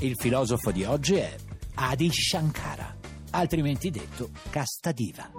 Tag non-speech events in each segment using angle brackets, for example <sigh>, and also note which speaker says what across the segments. Speaker 1: Il filosofo di oggi è Adi Shankara, altrimenti detto Castadiva.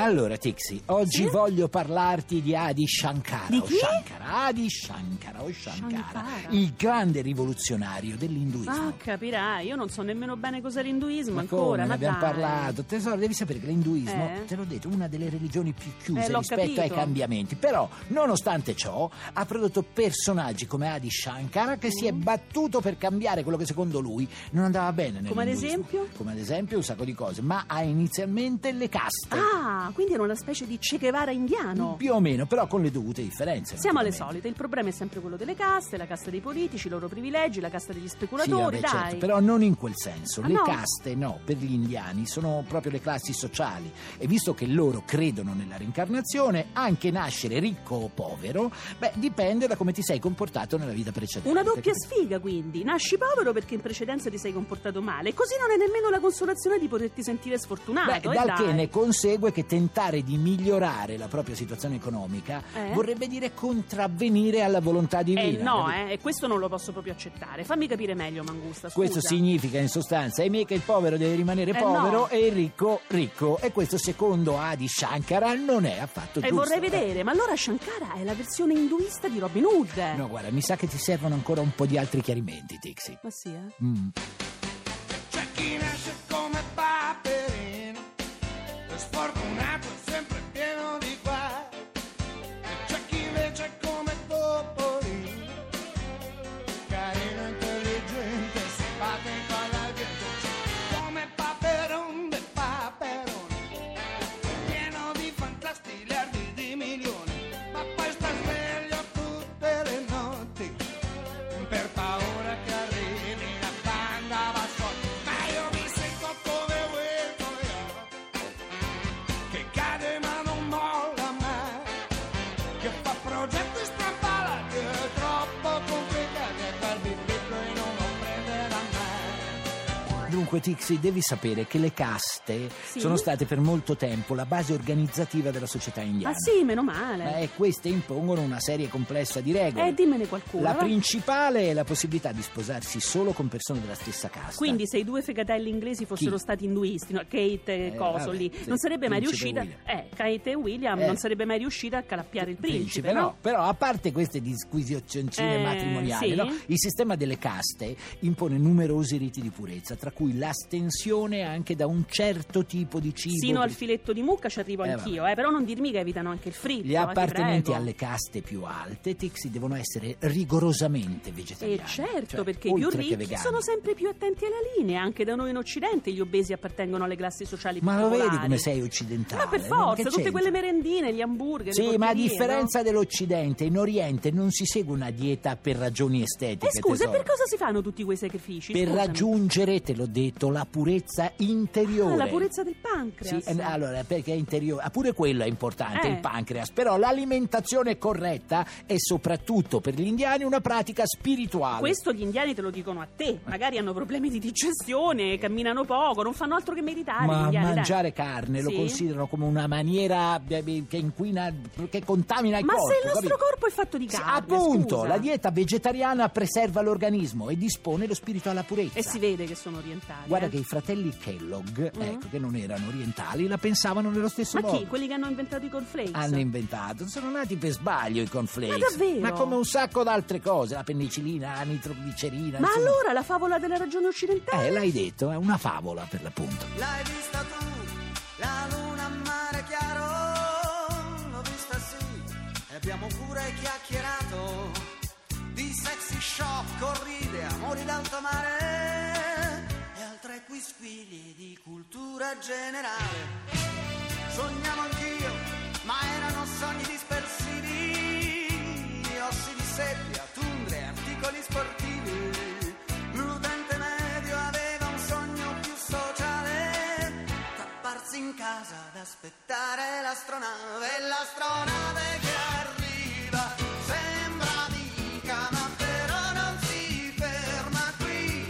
Speaker 1: Allora, Tixi, oggi voglio parlarti di Adi Shankara.
Speaker 2: Di
Speaker 1: o
Speaker 2: chi?
Speaker 1: Shankara, Adi Shankara o Shankara,
Speaker 2: Shankara.
Speaker 1: il grande rivoluzionario dell'induismo.
Speaker 2: Ah, capirai, io non so nemmeno bene cos'è l'induismo
Speaker 1: Ma
Speaker 2: ancora.
Speaker 1: come,
Speaker 2: ma
Speaker 1: ne abbiamo
Speaker 2: dai.
Speaker 1: parlato. Tesoro, devi sapere che l'induismo,
Speaker 2: Eh?
Speaker 1: te l'ho detto, è una delle religioni più chiuse
Speaker 2: Eh, l'ho
Speaker 1: rispetto ai
Speaker 2: capito.
Speaker 1: cambiamenti. Però, nonostante ciò, ha prodotto personaggi come Adi Shankara che si è
Speaker 2: Mm.
Speaker 1: battuto per cambiare quello che secondo lui non andava bene nell'induismo.
Speaker 2: Come ad esempio?
Speaker 1: Come ad esempio un sacco di cose, ma ha inizialmente le caste.
Speaker 2: Ah, quindi era una specie di Che Guevara indiano.
Speaker 1: Più o meno, però con le dovute differenze.
Speaker 2: Ah, Siamo alle
Speaker 1: naturalmente.
Speaker 2: solite, il problema è sempre quello delle caste, la casta dei politici, i loro privilegi, la casta degli
Speaker 1: Sì,
Speaker 2: speculatori,
Speaker 1: vabbè,
Speaker 2: dai.
Speaker 1: certo, però non in quel senso.
Speaker 2: Ah,
Speaker 1: le
Speaker 2: no?
Speaker 1: caste, no, per gli indiani sono proprio le classi sociali. E visto che loro credono nella reincarnazione, anche nascere ricco o povero, beh, dipende da come ti sei comportato nella vita precedente.
Speaker 2: Una doppia sfiga, quindi. Nasci povero perché in precedenza ti sei comportato male, così non hai nemmeno la consolazione di poterti sentire
Speaker 1: Beh,
Speaker 2: sfortunato. eh,
Speaker 1: dal
Speaker 2: dai.
Speaker 1: che ne consegue che tentare di migliorare la propria situazione economica
Speaker 2: Eh?
Speaker 1: vorrebbe dire contravvenire alla volontà divina.
Speaker 2: Eh no,
Speaker 1: capito?
Speaker 2: eh, e questo non lo posso proprio accettare. Fammi capire meglio, Mangusta. Scusa.
Speaker 1: Questo significa in sostanza, ahimè, che il povero deve rimanere
Speaker 2: Eh,
Speaker 1: povero
Speaker 2: no.
Speaker 1: e il ricco ricco. E questo secondo Adi Shankara non è affatto
Speaker 2: E
Speaker 1: giusto. eh.
Speaker 2: vorrei vedere, ma allora Shankara è la versione induista di Robin Hood.
Speaker 1: Eh, No, guarda, mi sa che ti servono ancora un po' di altri chiarimenti, Tixi.
Speaker 2: Ma sì, eh?
Speaker 1: Mm.
Speaker 3: Cecchi nasce come Paperino, lo sfortunato è sempre pieno di guai. E c'è chi invece è come Topolino, carino, intelligente, simpatico alla gente. C'è chi come Paperone, de Paperone, pieno di fantastilardi di milioni. Ma poi sta sveglio tutte le notti, per paura che arrivi la banda bassotti ma io mi sento come Wilco che cade ma non molla mai che fa progetti strampalati è troppo complicati e per biblico e non lo prenderà mai
Speaker 1: Dunque, Tixi, devi sapere che le caste
Speaker 2: Sì?
Speaker 1: sono state per molto tempo la base organizzativa della società indiana.
Speaker 2: Ah sì, meno
Speaker 1: Ma
Speaker 2: male.
Speaker 1: eh, queste impongono una serie complessa di regole.
Speaker 2: Eh, dimmene qualcuno.
Speaker 1: La
Speaker 2: va.
Speaker 1: principale è la possibilità di sposarsi solo con persone della stessa casta.
Speaker 2: Quindi se i due fegatelli inglesi fossero
Speaker 1: Chi?
Speaker 2: stati induisti, no, Kate e
Speaker 1: Eh,
Speaker 2: Coso
Speaker 1: vabbè,
Speaker 2: lì,
Speaker 1: sì,
Speaker 2: non sarebbe mai
Speaker 1: Principe
Speaker 2: riuscita...
Speaker 1: William.
Speaker 2: Eh, Kate e William
Speaker 1: Eh.
Speaker 2: non sarebbe mai riuscita a calappiare il principe,
Speaker 1: no?
Speaker 2: no?
Speaker 1: Però a parte queste disquisizioncine
Speaker 2: Eh,
Speaker 1: matrimoniali,
Speaker 2: sì.
Speaker 1: no? il sistema delle caste impone numerosi riti di purezza, tra cui l'astensione anche da un certo tipo di cibo.
Speaker 2: Sino al
Speaker 1: per-
Speaker 2: filetto di mucca ci arrivo
Speaker 1: Eh,
Speaker 2: anch'io, eh, però non dirmi che evitano anche il fritto.
Speaker 1: Gli
Speaker 2: eh, ti
Speaker 1: appartenenti
Speaker 2: prego.
Speaker 1: alle caste più alte, Tixi, devono essere rigorosamente vegetariani.
Speaker 2: E certo,
Speaker 1: cioè,
Speaker 2: perché i più
Speaker 1: oltre che
Speaker 2: ricchi
Speaker 1: vegani.
Speaker 2: sono sempre più attenti alla linea, anche da noi in Occidente gli obesi appartengono alle classi sociali più
Speaker 1: Ma lo vedi
Speaker 2: popolari.
Speaker 1: come sei occidentale?
Speaker 2: Ma per
Speaker 1: no?
Speaker 2: forza,
Speaker 1: Che
Speaker 2: tutte
Speaker 1: c'entra?
Speaker 2: quelle merendine, gli hamburger, le
Speaker 1: Sì, ma a
Speaker 2: porcherie,
Speaker 1: differenza dell'Occidente, in Oriente non si segue una dieta per ragioni estetiche.
Speaker 2: no? E Eh, scusa, e
Speaker 1: tesoro.
Speaker 2: per cosa si fanno tutti quei sacrifici?
Speaker 1: Per
Speaker 2: Scusami.
Speaker 1: raggiungere, te l'ho detto, la purezza interiore.
Speaker 2: Ah, la purezza del
Speaker 1: Sì,
Speaker 2: pancreas.
Speaker 1: eh, allora, perché è interiore, ah, pure quello è importante,
Speaker 2: Eh.
Speaker 1: il pancreas, però l'alimentazione corretta è soprattutto per gli indiani una pratica spirituale.
Speaker 2: Questo gli indiani te lo dicono a te, magari hanno problemi di digestione, camminano poco, non fanno altro che meditare. gli
Speaker 1: Ma
Speaker 2: indiani, dai.
Speaker 1: mangiare carne lo
Speaker 2: Sì?
Speaker 1: considerano come una maniera eh, che inquina, che contamina il
Speaker 2: Ma
Speaker 1: corpo.
Speaker 2: se il nostro
Speaker 1: capito?
Speaker 2: corpo è fatto di
Speaker 1: Sì,
Speaker 2: carne,
Speaker 1: appunto,
Speaker 2: scusa.
Speaker 1: la dieta vegetariana preserva l'organismo e dispone lo spirito alla purezza.
Speaker 2: E si vede che sono orientali. orientali.
Speaker 1: Guarda
Speaker 2: eh.
Speaker 1: che i fratelli Kellogg,
Speaker 2: Mm.
Speaker 1: ecco, che non erano orientali, la pensavano nello stesso
Speaker 2: Ma
Speaker 1: modo.
Speaker 2: chi? Quelli che hanno inventato i cornflakes?
Speaker 1: Hanno inventato, sono nati per sbaglio i cornflakes.
Speaker 2: Ma davvero?
Speaker 1: Ma come un sacco d'altre cose, la penicillina, la nitroglicerina.
Speaker 2: Ma
Speaker 1: insomma.
Speaker 2: allora la favola della ragione occidentale?
Speaker 1: Eh, l'hai detto, è una favola per l'appunto.
Speaker 4: L'hai vista tu, la luna a mare chiaro, l'ho vista sì, e abbiamo pure chiacchierato di sexy shop, corride, amori d'alto mare e altre quisquilie di cultura generale. Sognavo anch'io, ma erano sogni dispersivi, ossi di seppia, tundre, articoli sportivi. L'utente medio aveva un sogno più sociale, tapparsi in casa ad aspettare l'astronave, l'astronave che arriva. Sembra mica, ma però non si ferma qui.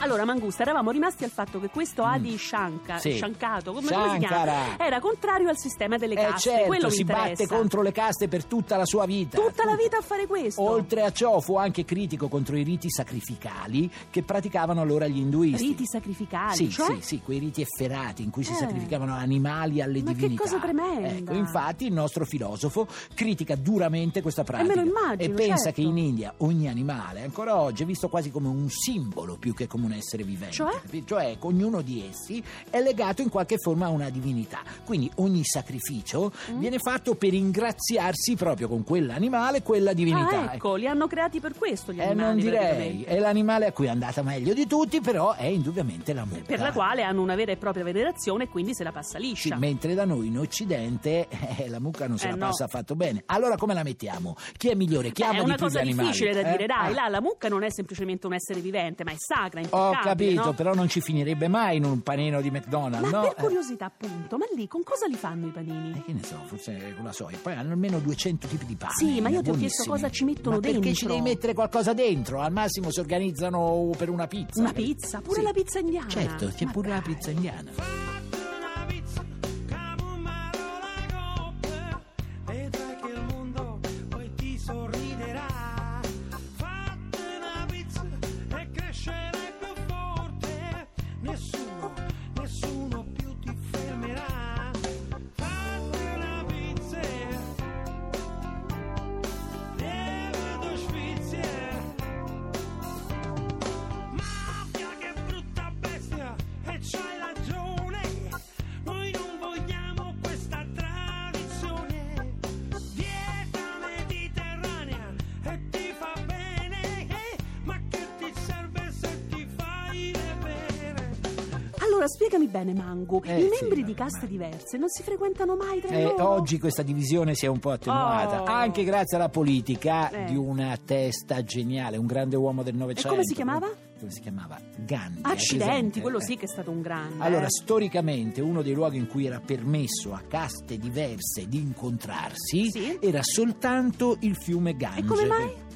Speaker 2: Allora, Mangusta, eravamo rimasti al fatto che questo Adi Shankar,
Speaker 1: Mm. Sì.
Speaker 2: Shankato, come, come si chiama?
Speaker 1: Shankara.
Speaker 2: Era contrario al sistema delle
Speaker 1: eh
Speaker 2: caste, quello
Speaker 1: certo,
Speaker 2: mi
Speaker 1: si
Speaker 2: interessa.
Speaker 1: batte contro le caste per tutta la sua vita.
Speaker 2: Tutta la vita a fare questo.
Speaker 1: Oltre a ciò fu anche critico contro i riti sacrificali che praticavano allora gli induisti.
Speaker 2: Riti sacrificali,
Speaker 1: Sì,
Speaker 2: cioè?
Speaker 1: sì, sì, quei riti efferati in cui si
Speaker 2: Eh.
Speaker 1: sacrificavano animali alle
Speaker 2: Ma che
Speaker 1: divinità.
Speaker 2: cosa tremenda.
Speaker 1: Ecco, infatti il nostro filosofo critica duramente questa pratica
Speaker 2: lo immagino,
Speaker 1: e pensa
Speaker 2: certo.
Speaker 1: che in India ogni animale ancora oggi è visto quasi come un simbolo più che come un essere vivente.
Speaker 2: Cioè?
Speaker 1: capi- Cioè, che ognuno di essi è legato in qualche forma a una divinità. Quindi ogni sacrificio
Speaker 2: Mm.
Speaker 1: viene fatto per ingraziarsi proprio con quell'animale, quella divinità.
Speaker 2: Ah, ecco, li hanno creati per questo gli
Speaker 1: Eh,
Speaker 2: animali.
Speaker 1: non direi,
Speaker 2: praticamente.
Speaker 1: è l'animale a cui è andata meglio di tutti, però è indubbiamente la mucca.
Speaker 2: Per la quale hanno una vera e propria venerazione e quindi se la passa
Speaker 1: Sì,
Speaker 2: liscia.
Speaker 1: mentre da noi in Occidente <laughs> eh, la mucca non se
Speaker 2: Eh,
Speaker 1: la
Speaker 2: no.
Speaker 1: passa affatto bene. Allora come la mettiamo? Chi è migliore? Chi
Speaker 2: Beh,
Speaker 1: ama
Speaker 2: è
Speaker 1: di
Speaker 2: una
Speaker 1: più
Speaker 2: cosa
Speaker 1: gli animali?
Speaker 2: difficile da
Speaker 1: Eh?
Speaker 2: dire, dai,
Speaker 1: Ah.
Speaker 2: là la mucca non è semplicemente un essere vivente, ma è sacra,
Speaker 1: Ho
Speaker 2: impeccabile,
Speaker 1: capito,
Speaker 2: no?
Speaker 1: però non ci finirebbe mai in un panino di McDonald's,
Speaker 2: Ma
Speaker 1: no?
Speaker 2: per curiosità, appunto, ma lì con cosa li fanno i panini?
Speaker 1: Eh, che ne so, forse con la soia. Poi hanno almeno 200 tipi di pane. eh,
Speaker 2: Sì, ma io ti ho
Speaker 1: buonissimi.
Speaker 2: chiesto cosa ci mettono
Speaker 1: ma Perché ci
Speaker 2: dentro?
Speaker 1: devi mettere qualcosa dentro? Al massimo si organizzano per una pizza.
Speaker 2: Una
Speaker 1: capito?
Speaker 2: pizza? Pure
Speaker 1: Sì.
Speaker 2: la pizza indiana?
Speaker 1: Certo, c'è
Speaker 2: Ma
Speaker 1: pure la
Speaker 2: dai.
Speaker 1: pizza indiana.
Speaker 4: una pizza, camomaro la coppia, vedrai che il mondo poi ti sorriderà. Fate una pizza e crescerai più forte, nessuno, nessuno più ti fermerà. Fate una pizza, levato Svizzera. Mafia che brutta bestia e c'hai ragione Noi non vogliamo questa tradizione Dieta mediterranea e ti fa bene eh, Ma che ti serve se ti fai le pere
Speaker 2: Allora, spiegami bene, Mangu.
Speaker 1: Eh,
Speaker 2: I
Speaker 1: sì,
Speaker 2: membri di
Speaker 1: vabbè,
Speaker 2: caste
Speaker 1: ma-
Speaker 2: diverse non si frequentano mai tra
Speaker 1: Eh,
Speaker 2: loro?
Speaker 1: oggi questa divisione si è un po' attenuata,
Speaker 2: Oh.
Speaker 1: anche grazie alla politica
Speaker 2: Eh.
Speaker 1: di una testa geniale, un grande uomo del Novecento.
Speaker 2: come si chiamava?
Speaker 1: Come si chiamava? Gandhi. hai
Speaker 2: Accidenti,
Speaker 1: presente?
Speaker 2: quello
Speaker 1: Eh.
Speaker 2: sì che è stato un grande.
Speaker 1: Allora,
Speaker 2: eh.
Speaker 1: storicamente uno dei luoghi in cui era permesso a caste diverse di incontrarsi
Speaker 2: Sì.
Speaker 1: era soltanto il fiume Gange.
Speaker 2: E come mai?
Speaker 1: eh.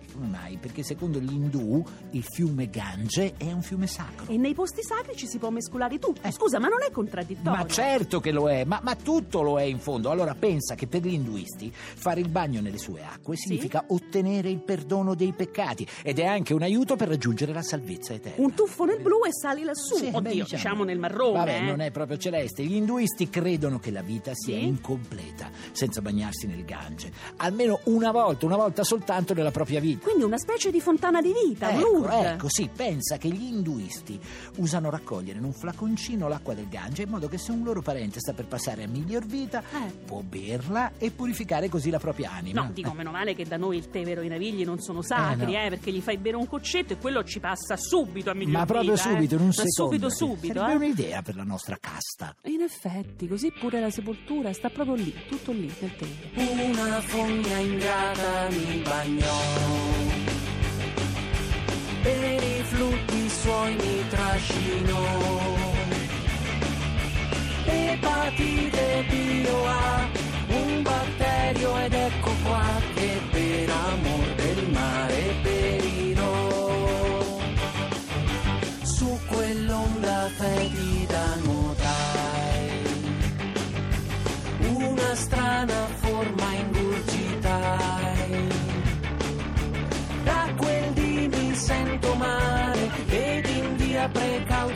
Speaker 1: E Come mai? Perché secondo gli indù il fiume Gange è un fiume sacro.
Speaker 2: E nei posti sacri ci si può mescolare tutto.
Speaker 1: Eh.
Speaker 2: Scusa, ma non è contraddittorio?
Speaker 1: Ma certo che lo è, ma, ma tutto lo è in fondo. Allora pensa che per gli induisti fare il bagno nelle sue acque significa ottenere il perdono dei peccati ed è anche un aiuto per raggiungere la salvezza eterna.
Speaker 2: Un tuffo nel blu e sali lassù.
Speaker 1: Sì,
Speaker 2: Oddio,
Speaker 1: beh,
Speaker 2: diciamo. nel marrone.
Speaker 1: Vabbè,
Speaker 2: eh.
Speaker 1: non è proprio celeste. Gli induisti credono che la vita sia
Speaker 2: Sì?
Speaker 1: incompleta senza bagnarsi nel Gange, almeno una volta, una volta soltanto nella propria vita.
Speaker 2: Quindi una specie di fontana di vita, un
Speaker 1: Ecco,
Speaker 2: Lourdes.
Speaker 1: ecco, sì, pensa che gli induisti usano raccogliere in un flaconcino l'acqua del Gange in modo che se un loro parente sta per passare a miglior vita
Speaker 2: Eh.
Speaker 1: può berla e purificare così la propria anima.
Speaker 2: No, dico, meno male che da noi il tè, vero e i navigli non sono sacri, eh,
Speaker 1: no.
Speaker 2: perché gli fai bere un coccetto e quello ci passa subito a miglior
Speaker 1: Ma proprio
Speaker 2: vita, eh.
Speaker 1: subito, in un
Speaker 2: Ma
Speaker 1: secondo.
Speaker 2: subito, subito,
Speaker 1: Sarebbe
Speaker 2: eh.
Speaker 1: un'idea per la nostra casta.
Speaker 2: In effetti, così pure la sepoltura sta proprio lì, tutto lì, nel tempo.
Speaker 5: Una fogna ingrata mi bagnò. Per i flutti suoi mi trascinò. Epatite Pio A, un batterio ed ecco qua che per amor del mare perirò. Su quell'onda fetida nuotai una strana forma ingurgitai. Da quel dì mi sento male ed in via precauta.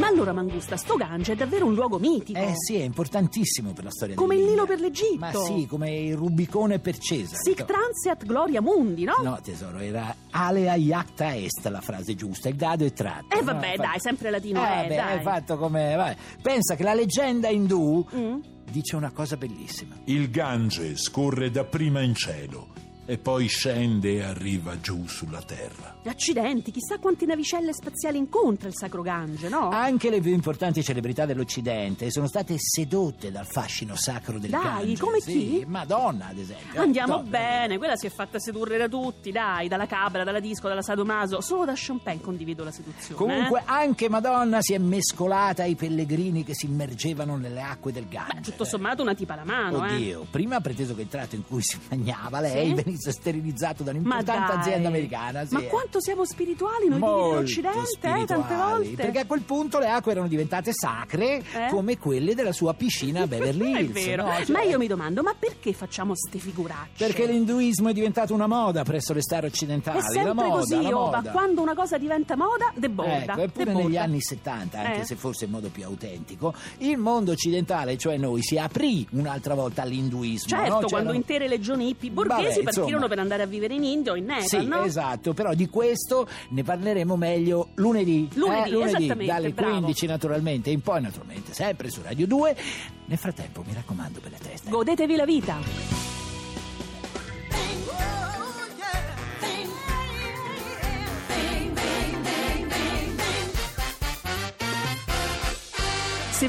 Speaker 2: Allora, Mangusta, sto Gange è davvero un luogo mitico.
Speaker 1: Eh sì, è importantissimo per la storia
Speaker 2: Come il
Speaker 1: dell'India.
Speaker 2: Nilo per l'Egitto.
Speaker 1: Ma sì, certo. come il Rubicone per Cesare.
Speaker 2: Sic transeat gloria mundi, no?
Speaker 1: No, tesoro, era alea iacta est la frase giusta, il dado è tratto.
Speaker 2: Eh,
Speaker 1: No,
Speaker 2: vabbè,
Speaker 1: infatti-
Speaker 2: dai, sempre latino, eh,
Speaker 1: vabbè,
Speaker 2: dai.
Speaker 1: è fatto come... vabbè. Pensa che la leggenda indù
Speaker 2: Mm?
Speaker 1: dice una cosa bellissima.
Speaker 6: Il Gange scorre dapprima in cielo e poi scende e arriva giù sulla terra.
Speaker 2: Accidenti, chissà quante navicelle spaziali incontra il sacro Gange, no?
Speaker 1: Anche le più importanti celebrità dell'Occidente sono state sedotte dal fascino sacro del
Speaker 2: Dai,
Speaker 1: Gange.
Speaker 2: come
Speaker 1: sì,
Speaker 2: chi?
Speaker 1: Madonna, ad esempio.
Speaker 2: Andiamo
Speaker 1: No,
Speaker 2: bene, quella si è fatta sedurre da tutti, dai, dalla cabra, dalla disco, dalla sadomaso, solo da Champagne condivido la seduzione.
Speaker 1: Comunque
Speaker 2: eh.
Speaker 1: anche Madonna si è mescolata ai pellegrini che si immergevano nelle acque del Gange.
Speaker 2: Beh, tutto sommato una tipa alla mano, eh.
Speaker 1: Oddio, prima ha preteso che il tratto in cui si bagnava lei
Speaker 2: Sì?
Speaker 1: venisse sterilizzato da
Speaker 2: Ma
Speaker 1: un'importante
Speaker 2: dai.
Speaker 1: azienda americana. sì,
Speaker 2: Ma
Speaker 1: eh.
Speaker 2: quanto siamo spirituali noi vivi
Speaker 1: Molto
Speaker 2: dell'Occidente, eh, tante
Speaker 1: spirituali,
Speaker 2: volte. <laughs>
Speaker 1: Perché a quel punto le acque erano diventate sacre
Speaker 2: Eh?
Speaker 1: come quelle della sua
Speaker 2: <laughs>
Speaker 1: piscina a Beverly
Speaker 2: è
Speaker 1: Hills.
Speaker 2: vero.
Speaker 1: no? Cioè,
Speaker 2: Ma io mi domando, ma perché facciamo ste figuracce?
Speaker 1: Perché l'induismo è diventato una moda presso le star occidentali.
Speaker 2: È sempre
Speaker 1: la moda,
Speaker 2: così,
Speaker 1: la
Speaker 2: oh, ma
Speaker 1: moda.
Speaker 2: quando una cosa diventa moda, deborda.
Speaker 1: Ecco, eppure
Speaker 2: deborda.
Speaker 1: negli anni 70, anche
Speaker 2: Eh.
Speaker 1: se forse in modo più autentico, il mondo occidentale, cioè noi, si aprì un'altra volta all'induismo.
Speaker 2: Certo,
Speaker 1: no?
Speaker 2: quando
Speaker 1: C'erano-
Speaker 2: intere legioni hippie borghesi
Speaker 1: Vabbè,
Speaker 2: partirono
Speaker 1: insomma.
Speaker 2: per andare a vivere in India o in Nepal,
Speaker 1: Sì,
Speaker 2: no?
Speaker 1: esatto, però di questo ne parleremo meglio lunedì.
Speaker 2: Lunedì,
Speaker 1: eh, lunedì
Speaker 2: esattamente,
Speaker 1: dalle
Speaker 2: bravo.
Speaker 1: 15 naturalmente in poi naturalmente sempre su Radio 2. Nel frattempo mi raccomando per la testa. eh.
Speaker 2: Godetevi la vita.
Speaker 4: Oh,
Speaker 2: Se